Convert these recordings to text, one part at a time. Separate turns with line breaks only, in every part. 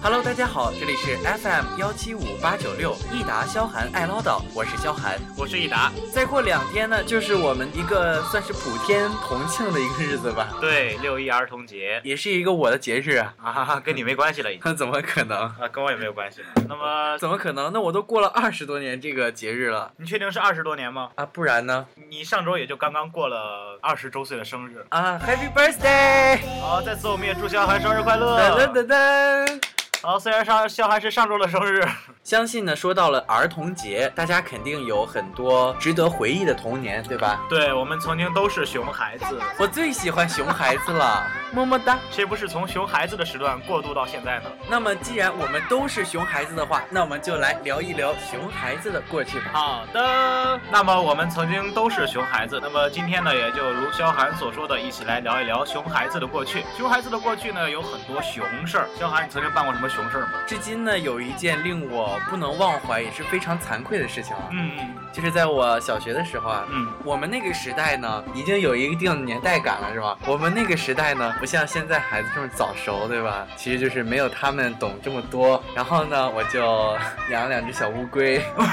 Hello，大家好，这里是 FM 幺七五八九六益达萧寒爱唠叨，我是萧寒。
我是益达，
再过两天呢，就是我们一个算是普天同庆的一个日子吧，
对，六一儿童节
也是一个我的节日啊，
啊，哈哈，跟你没关系了，已经
那怎么可能？
啊，跟我也没有关系了。那么，
怎么可能？那我都过了二十多年这个节日了
你确定是二十多年吗？
啊，不然呢？
你上周也就刚刚过了二十周岁的生日。
啊，Happy Birthday！
好，在此我们也祝萧寒生日快
噔噔
乐。
噔噔。
好，虽然上萧寒是上周的生日，
相信呢，说到了儿童节，大家肯定有很多值得回忆的童年，对吧？
对我们曾经都是熊孩子，
我最喜欢熊孩子了，么么哒。
谁不是从熊孩子的时段过渡到现在呢？
那么，既然我们都是熊孩子的话，那我们就来聊一聊熊孩子的过去吧。
好的，那么我们曾经都是熊孩子，那么今天呢，也就如萧寒所说的，一起来聊一聊熊孩子的过去。熊孩子的过去呢，有很多熊事儿。萧寒，你曾经办过什么熊事儿吗？
至今呢，有一件令我不能忘怀，也是非常惭愧的事情啊，
嗯嗯
就是在我小学的时候啊。
嗯，
我们那个时代呢，已经有一定的年代感了，是吧？我们那个时代呢，不像现在孩子这么早熟，对吧？其实就是没有他们懂这么多。然后呢，我就养了两只小乌龟。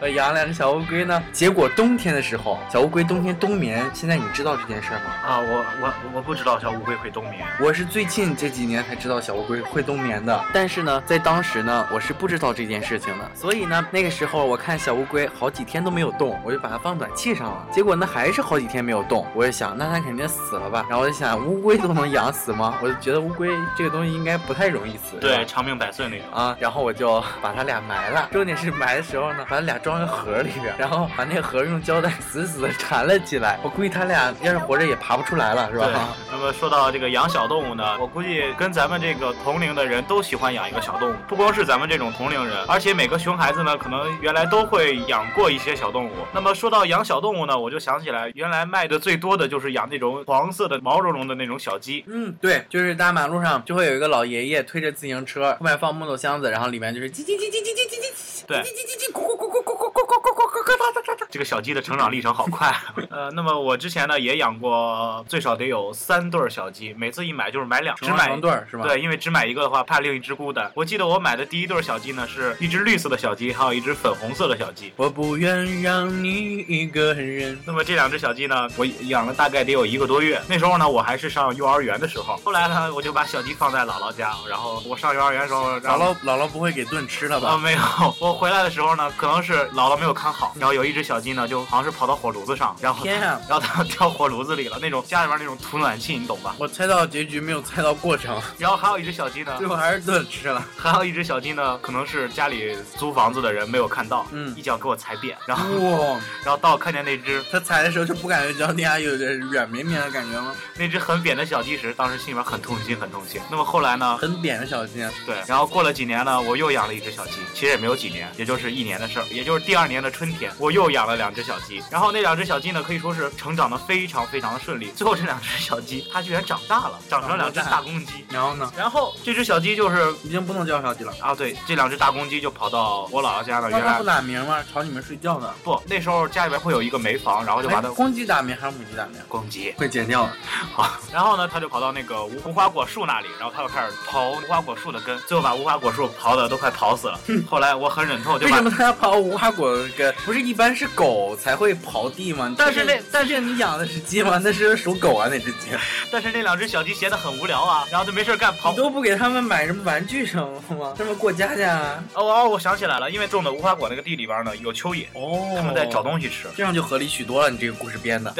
我养了两只小乌龟呢，结果冬天的时候，小乌龟冬天冬眠。现在你知道这件事儿吗？
啊，我我我不知道小乌龟会冬眠。
我是最近这几年才知道小乌龟会冬眠的，但是呢，在当时呢，我是不知道这件事情的。所以呢，那个时候我看小乌龟好几天都没有动，我就把它放暖气上了。结果呢，还是好几天没有动。我就想，那它肯定死了吧？然后我就想，乌龟都能养死吗？我就觉得乌龟这个东西应该不太容易死。是吧
对，长命百岁那种。
啊，然后我就把它俩埋了。重点是埋的时候呢，把它俩装在盒里边，然后把那个盒用胶带死死的缠了起来。我估计它俩要是活着也爬不出来了，是
对
吧？，
那么说到这个养小动物呢，我估计跟咱们这个同龄的人都喜欢养一个小动物，不光是咱们这种同龄人，而且每个熊孩子呢，可能原来都会养过一些小动物。那么说到养小动物呢，我就想起来，原来卖的最多的就是养那种黄色的毛茸茸的那种小鸡。
嗯，对，就是大马路上就会有一个老爷爷推着自行车，后面放木头箱子，然后里面就是叽叽叽叽叽叽叽叽，叽叽叽叽咕咕咕咕咕咕咕咕咕咕咕咕哒哒哒哒。
这个小鸡的成长历程好快， 呃，那么我之前呢也养过，最少得有三对儿小鸡，每次一买就是买两，只买
成对儿是吧？，
对，因为只买一个的话，怕另一只孤单。我记得我买的第一对小鸡呢，是一只绿色的小鸡，还有一只粉红色的小鸡。
我不愿让你一个人。
那么这两只小鸡呢，我养了大概得有一个多月。那时候呢，我还是上幼儿园的时候。后来呢，我就把小鸡放在姥姥家，然后我上幼儿园的时候，然
姥
后。
姥姥姥不会给炖吃了吧？
啊、没有，我回来的时候呢，可能是姥姥没有看好，然后有一只小鸡呢，就好像是跑到火炉子上，然后
天啊！
然后它掉火炉子里了，那种家里面那种土暖气，你懂吧？
我猜到结局没有猜到过程，
然后还有一只小鸡呢
最，后还是炖吃了。
还有一只小鸡呢，可能是家里租房子的人没有看到，
嗯哦
一脚给我踩扁，然后
哇，
然后到看见那只
他踩的时候就不感觉脚底下有点软绵绵的感觉吗？
那只很扁的小鸡时，当时心里面很痛心，很痛心。那么后来呢？
很扁的小心。
对，然后过了几年呢，我又养了一只小鸡，其实也没有几年，也就是一年的事儿，也就是第二年的春天，我又养了两只小鸡。然后那两只小鸡呢，可以说是成长的非常非常的顺利。最后这两只小鸡，它居然长大了，长成两只大公鸡。
然后呢？
然后这只小鸡就是
已经不能叫小鸡了。
啊，对，这两只大公鸡就跑到我姥姥家了。
那
原
它
来
不打鸣吗？吵你们睡觉呢？
不，那时候家里边会有一个煤房，然后就把
哎
它
公鸡打鸣还是母鸡打鸣？
公鸡。
会剪掉的。
啊然后呢，他就跑到那个无无花果树那里，然后他就开始刨无花果树的根，最后把无花果树刨的都快刨死了。后来我很忍痛就
为什
把。
么它要刨无花果的根？不是一般是狗才会刨地吗？
但是那
但是你养的是鸡吗？那是属狗啊，那只鸡。
但是那两只小鸡闲得很无聊啊，然后就没事干
你
刨。
都不给它们买什么玩具什么吗？他们过家家啊。
哦哦，我想起来了，因为种的无花果那个地里边呢有蚯蚓，
哦
他们在找，东西吃。
这样就合理许多了。你这个故事编的。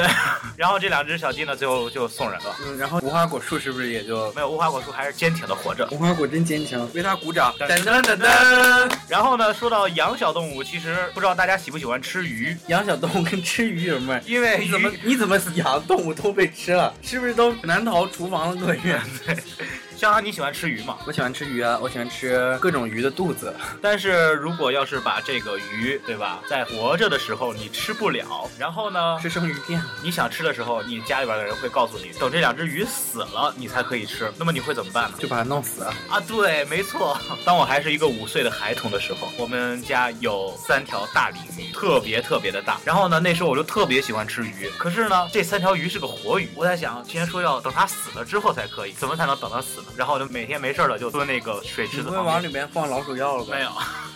然后这两只小鸡呢，最后就送人了。
嗯，然后无花果树是不是也就？
没有无花果树还是坚挺的活着。
无花果真坚强，为它鼓掌。
噔
噔噔噔噔。
然后呢，说到养小动物，其实不知道大家喜不喜欢吃鱼，
养小动物跟吃鱼有什 么？
因为
你
鱼
怎么你怎么养动物都被吃了，是不是都难逃厨房的厄运？
香香你喜欢吃鱼吗？
我喜欢吃鱼啊，我喜欢吃各种鱼的肚子。
但是如果要是把这个鱼，对吧，在活着的时候你吃不了，然后呢，
吃生鱼片。
你想吃的时候，你家里边的人会告诉你，等这两只鱼死了，你才可以吃。那么你会怎么办呢？
就把它弄死。
啊，对，没错。当我还是一个五岁的孩童的时候，我们家有三条大鲤鱼，特别特别的大。然后呢，那时候我就特别喜欢吃鱼。可是呢，这三条鱼是个活鱼，我在想，既然说要等它死了之后才可以，怎么才能等它死呢？然后我就每天没事儿了就蹲那个水池
你
子
不会
旁
往
边，
里面放老鼠药了吧？
没有，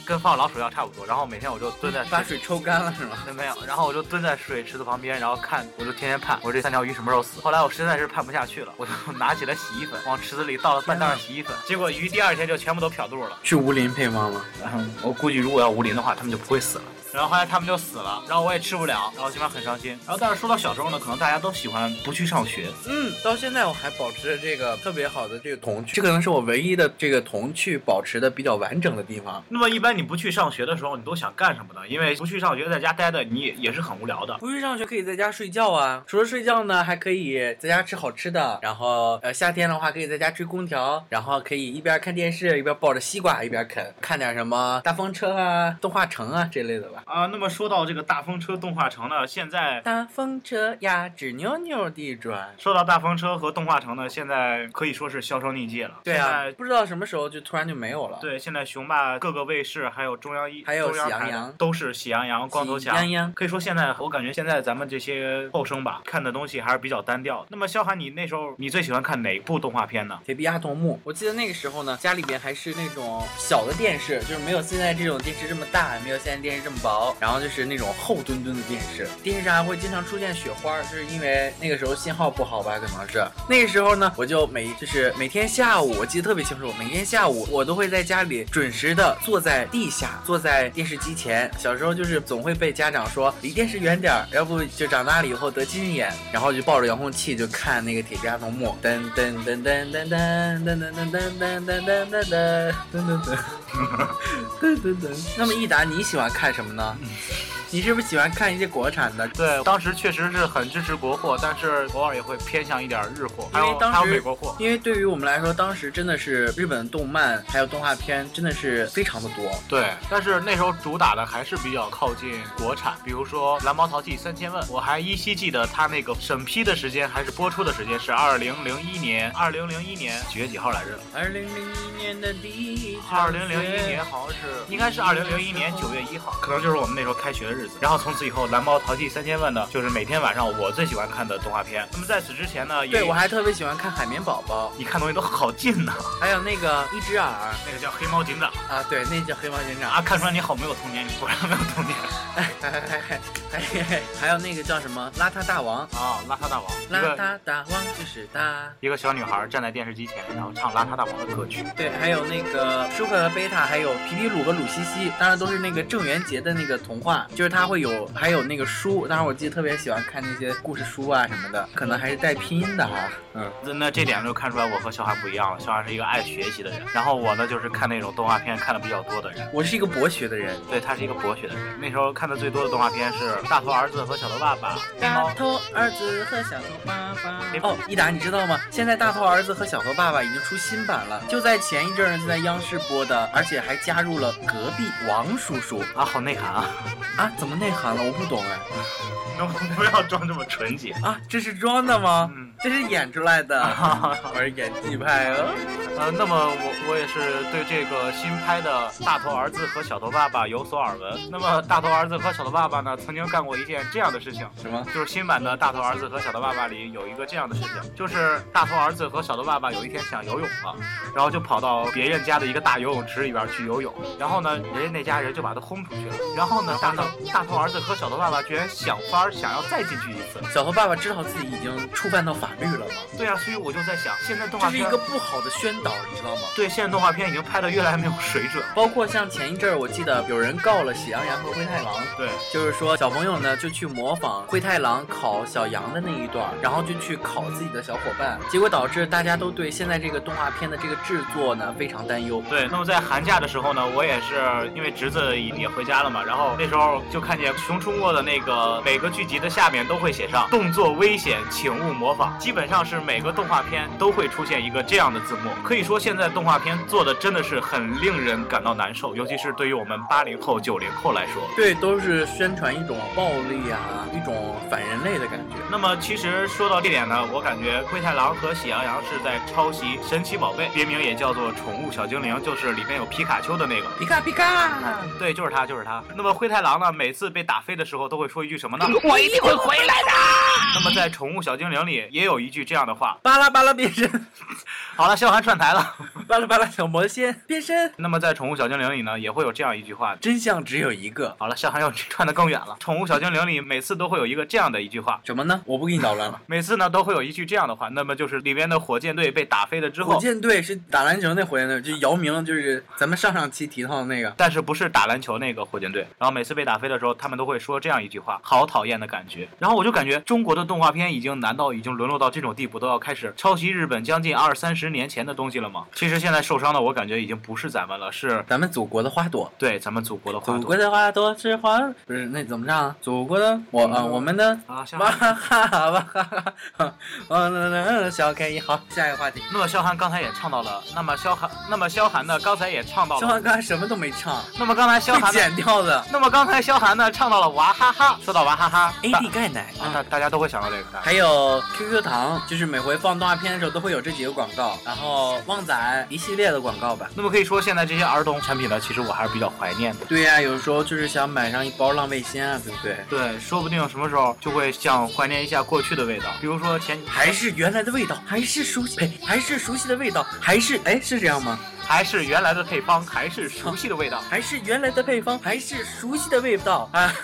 跟放老鼠药差不多。然后每天我就蹲在
把水抽干了是吗？
没有，然后我就蹲在水池子旁边，然后看，我就天天盼，我这三条鱼什么时候死？后来我实在是盼不下去了，我就 拿起了洗衣粉，往池子里倒了半袋洗衣粉，结果鱼第二天就全部都漂肚了。
是吴林配方吗？
然后嗯我估计如果要无鳞的话，它们就不会死了。然后后来它们就死了，然后我也吃不了，然后基本上很伤心。然后但是说到小时候呢，可能大家都喜欢不去上学，
嗯，到现在我还保持着这个特别好的这个童趣，这可能是我唯一的这个童趣保持的比较完整的地方。
那么一般你不去上学的时候，你都想干什么呢？因为不去上学，在家待的你也也是很无聊的。
不去上学可以在家睡觉啊，除了睡觉呢，还可以在家吃好吃的，然后呃夏天的话可以在家吹空调，然后可以一边看电视一边抱着西瓜一边啃，看点什么大风车啊、动画城啊这类的吧。
啊，那么说到这个大风车动画城呢，现在
大风车呀，直扭扭地转。
说到大风车和动画城呢，现在可以说是销声匿迹了。
对啊
现，在
不知道什么时候就突然就没有了。，
对，现在熊爸各个卫视还有中央一，
还有
中央
喜羊
台的
羊
都是喜羊羊、光头强
喜。羊羊
可以说现在我感觉现在咱们这些后生吧，看的东西还是比较单调的。那么萧寒，你那时候你最喜欢看哪部动画片呢？
铁臂阿童木，我记得那个时候呢，家里边还是那种小的电视，就是没有现在这种电视这么大，也没有现在电视这么薄，然后就是那种厚墩墩的电视，电视上还会经常出现雪花，就是因为那个时候信号不好吧，可能是那个时候呢，我就每就是每天下午，我记得特别清楚，每天下午我都会在家里准时的坐在地下，坐在电视机前。小时候就是总会被家长说离电视远点儿，要不就长大了以后得近视眼，然后就抱着遥控器就看那个铁臂阿童木，噔噔噔噔噔噔噔噔噔噔噔噔噔噔噔噔噔噔噔噔。那么益达，你喜欢看什么呢？你是不是喜欢看一些国产的？
对，当时确实是很支持国货，但是偶尔也会偏向一点日货，还
因为
有
当
还有
时
美国货。
因为对于我们来说，当时真的是日本动漫还有动画片真的是非常的多。
对，但是那时候主打的还是比较靠近国产，比如说《蓝猫淘气三千问》，我还依稀记得它那个审批的时间还是播出的时间是二零零一年，二零零一年几月几号来着？
二零零一年的第一
二零零一年好像是，应该是二零零一年九月一号，可能就是我们那时候开学的日子。然后从此以后，《蓝猫淘气三千问》呢，就是每天晚上我最喜欢看的动画片。那么在此之前呢，也
对我还特别喜欢看《海绵宝宝
你看东西都好近呐、》，
还有那个一只耳
那个叫黑猫警长
啊，对，那叫黑猫警
啊，
长，
看出来你好没有童年，你果然没有童年
还还 还还还有那 个叫什么邋遢大王，
啊！邋遢大王，一
邋
个
遢大王就是他。
一个小女孩站在电视机前，然后唱《邋遢大王》的歌曲。
对，还有那个舒克和贝塔，还有皮皮鲁和鲁西西，当然都是那个郑渊洁的那个童话，就是他会有，还有那个书，当然我记得特别喜欢看那些故事书啊什么的，可能还是带拼音的哈、嗯，
那那这点就看出来我和小韩不一样了，小韩是一个爱学习的人，然后我呢就是看那种动画片看的比较多的人。
我是一个博学的人。
对他是一个博学的人，那时候看的最多的动画片是《大头儿子和小头爸爸》啊《黑猫
大》。头儿子和小头爸爸。哦
哦，
一达，你知道吗？现在大头儿子和小头爸爸已经出新版了，就在前一阵儿就在央视播的，而且还加入了隔壁王叔叔
啊，好内涵啊！
啊？怎么内涵了？我不懂哎。
能不要装这么纯洁？
啊，这是装的吗？
嗯，
这是演出来 的。
呃，
我是演技派哦。
那么我我也是对这个新拍的《大头儿子和小头爸爸》有所耳闻。那么《大头儿子和小头爸爸》呢，曾经干过一件这样的事情，
什么？
就是新版的《大头儿子和小头爸爸》里有一个这样的事情，就是大头儿子和小头爸爸有一天想游泳了，然后就跑到别人家的一个大游泳池里边去游泳，然后呢，人家那家人就把他轰出去了，然后呢，大头大头儿子和小头爸爸居然想法儿想要再进去一次，
小头爸爸知道自己已经触犯到法律了吗？
对啊，所以我就在想，现在动
这
画
是一
片
个不好的宣导，你知道吗？
对现在动画片已经拍的越来越没有水准，
包括像前一阵儿，我记得有人告了喜羊羊和灰太狼，
对。
就是说小朋友呢就去模仿灰太狼烤小羊的那一段儿，然后就去烤自己的小伙伴，结果导致大家都对现在这个动画片的这个制作呢非常担忧。
对，那么在寒假的时候呢，我也是因为侄子也回家了嘛，然后那时候就看见《熊出没》的那个每个剧集的下面都会写上“动作危险，请勿模仿”，基本上是每个动画片都会出现一个这样的字幕。可以说，现在动画片做的真的是很令人感到难受，尤其是对于我们八零后、九零后来说。
对，都是宣传一种暴力啊，一种反人类的感觉。
那么其实说到这点呢，我感觉灰太狼和喜羊羊是在抄袭《神奇宝贝》，别名也叫做《宠物小精灵》，就是里面有皮卡丘的那个。
皮卡皮卡，
对，就是他，就是他。那么灰太狼呢，每次被打飞的时候都会说一句什么呢？
我一定会回来的。
那么在《宠物小精灵》里也有一句这样的话。
巴拉巴拉变身，
好了，笑涵串台了。
巴拉巴拉小魔仙变身，
那么在《宠物小精灵》里呢，也会有这样一句话。
真相只有一个。
好了，笑涵又 串得更远了。《宠物小精灵》里每次都会有一个这样的一句话，
什么呢？我不给你捣乱了。
每次呢都会有一句这样的话，那么就是里边的火箭队被打飞了之
火
后，
箭队是打篮球那火箭队，就姚明，就是咱们上上期提到的那个。
但是不是打篮球那个火箭队。然后每次被打飞的时候，他们都会说这样一句话：“好讨厌的感觉。”然后我就感觉中国的动画片已经难道已经沦落到这种地步，都要开始抄袭日本将近二三十年前的东西了吗？其实现在受伤的我感觉已经不是咱们了，是
咱们祖国的花朵，
对咱们祖国的花
祖
朵
国的花朵是花，不是那怎么唱啊？祖国的我啊、我们的
啊。下
哇哈哈哇哈哈，嗯嗯嗯，小 K 好，下一个话题。
那么萧寒刚才也唱到了，那么萧寒，那么萧寒呢，刚才也唱到
肖
了，
寒刚才什么都没唱，
那么刚才萧
被
寒呢，
剪掉的。
那么刚才萧寒呢唱到了娃哈哈，说到娃哈哈
AD 钙奶
大大
啊，
大家都会想到这个，
还有 QQ 糖，就是每回放动画片的时候都会有这几个广告，然后旺仔一系列的广告吧。
那么可以说，现在这些儿童产品呢，其实我还是比较怀念的。
对呀、有时候就是想买上一包浪味仙啊，对不对？
对，说不定什么时候就会想怀念一下过去的味道，比如说前
还是原来的味道，还是熟悉，呸，还是熟悉的味道，还是哎是这样吗？
还是原来的配方，还是熟悉的味道。
还是原来的配方，还是熟悉的味道啊！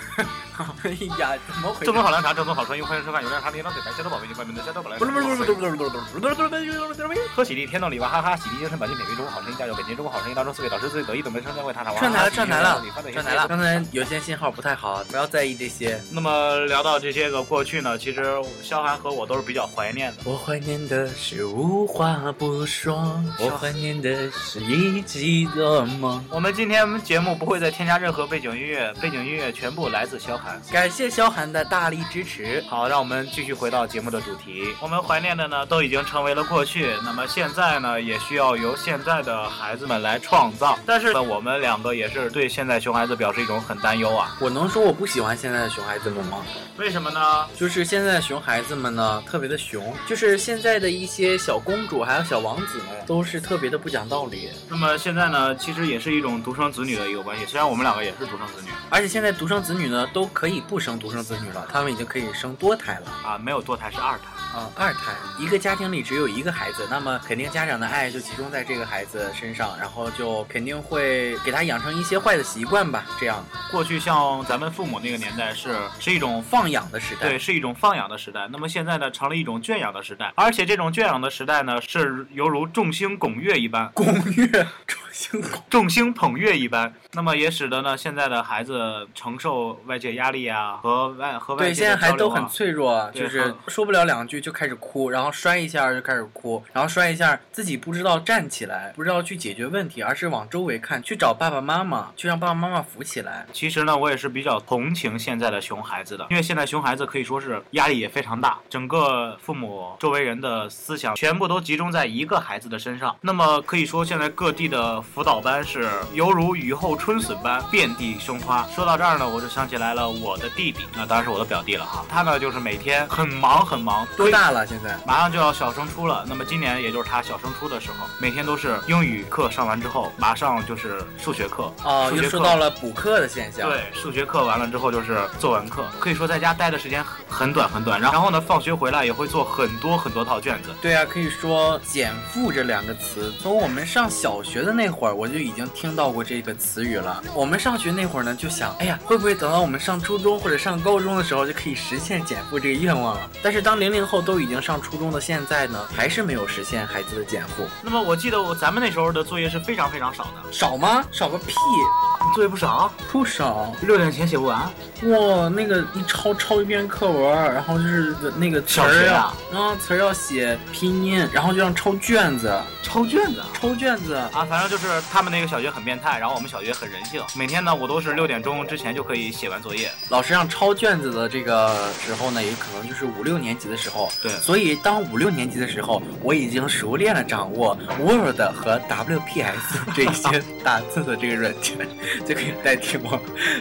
哎呀，怎么回事
正？宗好凉茶，正宗好声音，欢迎收看《有凉茶》，连到嘴白，家的宝贝就关门的家都宝来。
不是不是不是不是不是不是不是不是不是。
喝喜力，天道里娃哈哈，喜力精神，百斤美味，中国好声音，加油！北京中国好声音当中四位导师最得意的门生将会塔塔娃。
串台了，串台了，串台了。。刚才有些信号不太好，不要在意这些。
那么聊到这些个过去呢，其实萧寒和我都是比较怀念的。
我怀念的是无话不说，我怀念的是一起的梦。
我们今天节目不会再添加任何背景音乐，背景音乐全部来自萧寒。
感谢萧寒的大力支持。
好，让我们继续回到节目的主题。我们怀念的呢，都已经成为了过去。那么现在呢，也需要由现在的孩子们来创造。但是呢，我们两个也是对现在熊孩子表示一种很担忧啊。
我能说我不喜欢现在的熊孩子们吗？
为什么呢？
就是现在的熊孩子们呢，特别的熊，就是现在的一些小公主还有小王子们，都是特别的不讲道理。
那么现在呢，其实也是一种独生子女的一个关系。虽然我们两个也是独生子女
而且现在独生子女呢，都可以不生独生子女了，他们已经可以生多胎了。
啊，没有多胎是二胎。
啊、二胎，一个家庭里只有一个孩子，那么肯定家长的爱就集中在这个孩子身上，然后就肯定会给他养成一些坏的习惯吧。这样
过去像咱们父母那个年代是是一种
放养的时代，
对，是一种放养的时代。那么现在呢，成了一种圈养的时代，而且这种圈养的时代呢，是犹如众星拱月一般，
攻略中兴拱
众星捧月一般。那么也使得呢，现在的孩子承受外界压力啊，和外和外
对，
界
现
的
在
交
还
流
都
啊
很脆弱，
对啊
就是
好
说不了两句就开始哭，然后摔一下就开始哭，然后摔一下自己不知道站起来，不知道去解决问题，而是往周围看，去找爸爸妈妈，去让爸爸妈妈扶起来。
其实呢，我也是比较同情现在的熊孩子的，因为现在熊孩子可以说是压力也非常大，整个父母周围人的思想全部都集中在一个孩子的身上。那么可以说，现在各地的辅导班是犹如雨后春笋般遍地生花。说到这儿呢，我就想起来了我的弟弟，那当然是我的表弟了哈。他呢就是每天很忙很忙，
多大了现在？
马上就要小升初了，那么今年也就是他小升初的时候，每天都是英语课上完之后，马上就是数学课，
哦，
数
又
学
说
课
到了补课的现象。
对，数学课完了之后就是作文课，可以说在家待的时间很很短很短。然后呢，放学回来也会做很多很多套卷子。
对啊，可以说“减负”这两个词，从我们上小学的那会儿，我就已经听到过这个词语了。我们上学那会儿呢，就想，哎呀，会不会等到我们上初中或者上高中的时候，就可以实现减负这个愿望了？但是当零零后都已经上初中的现在呢，还是没有实现孩子的减负，
那么我记得我咱们那时候的作业是非常非常少的，
少吗？少个屁，
作业不少，
不少。
六点前写不完。
哇，那个一抄抄一遍课文，然后就是那个词
小学
儿要
啊
啊，词儿要写拼音，然后就让抄卷子，
抄卷子啊。
抄卷子。
啊，反正就是他们那个小学很变态，然后我们小学很人性。每天呢，我都是六点钟之前就可以写完作业。
老师让抄卷子的这个时候呢，也可能就是五六年级的时候。
对
所以当五六年级的时候，我已经熟 练了掌握 Word 和 WPS 这一些打字的这个软件。就可以代替我，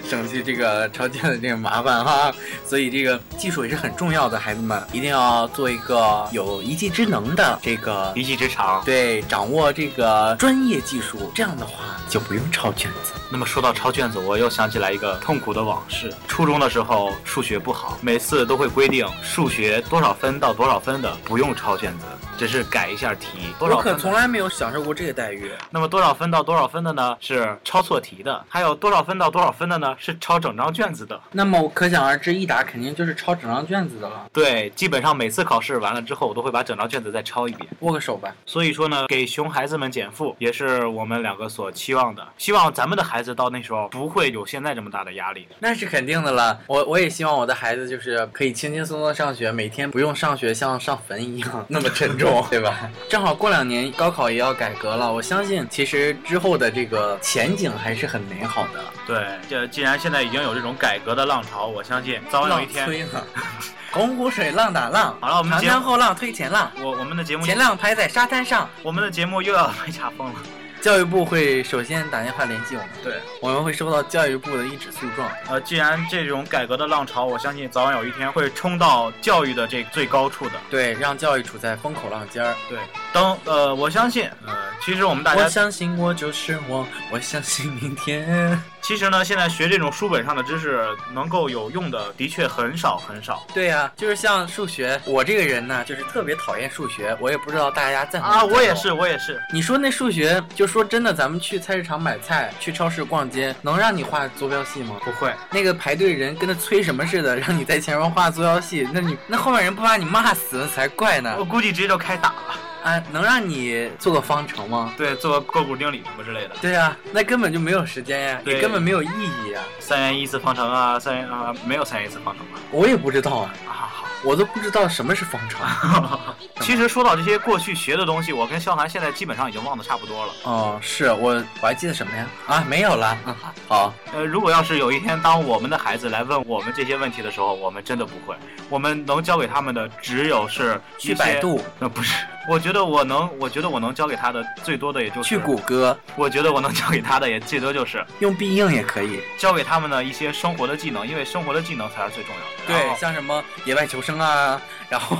省去这个吵架的这个麻烦哈。所以这个技术也是很重要的，孩子们一定要做一个有一技之能的这个，
一技之长。
对，掌握这个专业技术，这样的话就不用抄卷子。
那么说到抄卷子，我又想起来一个痛苦的往事。初中的时候数学不好，每次都会规定数学多少分到多少分的不用抄卷子，只是改一下题。多少
我可
分的
从来没有享受过这个待遇。
那么多少分到多少分的呢？是抄错题的。还有多少分到多少分的呢？是抄整张卷子的。
那么我可想而知，一打肯定就是抄整张卷子的了。
对，基本上每次考试完了之后，我都会把整张卷子再抄一遍。
握个手吧。
所以说呢，给熊孩子们减负也是我们两个所期望的。希望咱们的孩子到那时候不会有现在这么大的压力。
那是肯定的了，我我也希望我的孩子就是可以轻轻松松上学，每天不用上学像上坟一样 那么沉重，对吧？正好过两年高考也要改革了，我相信其实之后的这个前景还是很美好的。
对，这既然现在已经有这种改革的浪潮，我相信早晚有一
浪
天。
推 呢，洪湖水浪打浪，
好了我们
长
节目
江后浪推前浪，
我我们的节目
前浪拍在沙滩上。
我们的节目又要被查封了。
教育部会首先打电话联系我们，
对，
我们会收到教育部的一纸诉状。
呃，既然这种改革的浪潮，我相信早晚有一天会冲到教育的这最高处的。
对，让教育处在风口浪尖儿。
对，当呃，我相信，呃，其实我们大
我
家，
相信我就是我，我相信明天。
其实呢，现在学这种书本上的知识能够有用的，的确很少很少。
对呀、就是像数学，我这个人呢，就是特别讨厌数学，我也不知道大家赞不
啊，
赞同
我也。是，我也是，
你说那数学，就说真的，咱们去菜市场买菜，去超市逛街，能让你画坐标系吗？
不会。
那个排队人跟那催什么似的，让你在前面画坐标系，那你那后面人不把你骂死了才怪呢
我！估计直接就开打了。
啊，能让你做个方程吗？
对，做个个股经理什么之类的，
对呀、那根本就没有时间呀，也
对
根本没有意义啊！
三元一次方程啊，三元啊，没有三元一次方程吧？
我也不知道啊，
啊，好。
我都不知道什么是方程。
其实说到这些过去学的东西，我跟肖涵现在基本上已经忘得差不多了。
哦，是我我还记得什么呀？啊，没有了。嗯好，
呃，如果要是有一天当我们的孩子来问我们这些问题的时候，我们真的不会，我们能教给他们的只有是
去
一些
百，度，
呃，不是，我觉得我能，我觉得我能教给他的最多的也就是
去谷，歌，
我觉得我能教给他的也最多就是
用必应也可以。
教给他们的一些生活的技能，因为生活的技能才是最重要的。然
对，
后
像什么野外求生 啊，然后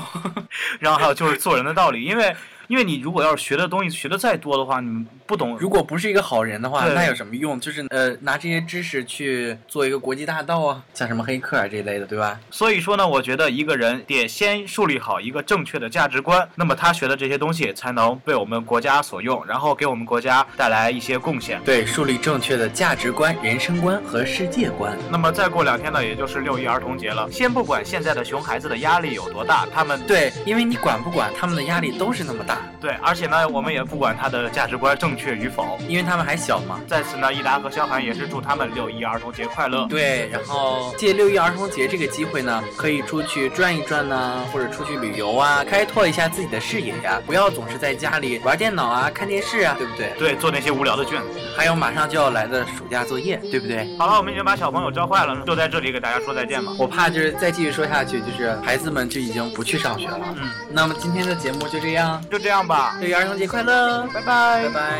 然后还有就是做人的道理，因为因为你如果要是学的东西学的再多的话，你不懂，
如果不是一个好人的话，
对
那有什么用？就是呃，拿这些知识去做一个国际大盗啊，像什么黑客啊这一类的，对吧？
所以说呢，我觉得一个人得先树立好一个正确的价值观，那么他学的这些东西才能为我们国家所用，然后给我们国家带来一些贡献。
对，树立正确的价值观、人生观和世界观。
那么再过两天呢，也就是六一儿童节了。先不管现在的熊孩子的压力有多大，他们
对，因为你管不管，他们的压力都是那么大，
对，而且呢，我们也不管他的价值观正确与否。
因为他们还小嘛。
在此呢，益达和肖涵也是祝他们六一儿童节快 乐。
对，然后借六一儿童节这个机会呢，可以出去转一转呐、或者出去旅游啊，开拓一下自己的视野呀、不要总是在家里玩电脑啊、看电视啊，对不对？
对，做那些无聊的卷子。
还有马上就要来的暑假作业，对不对？
好了，我们已经把小朋友教坏了，就在这里给大家说再见吧。
我怕就是再继续说下去，就是孩子们就已经不去上学了。
嗯，
那么今天的节目就这样，
就这样吧，
六一儿童节快乐，
拜拜
拜拜。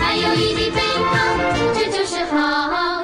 还有一粒贝糖，这就是好。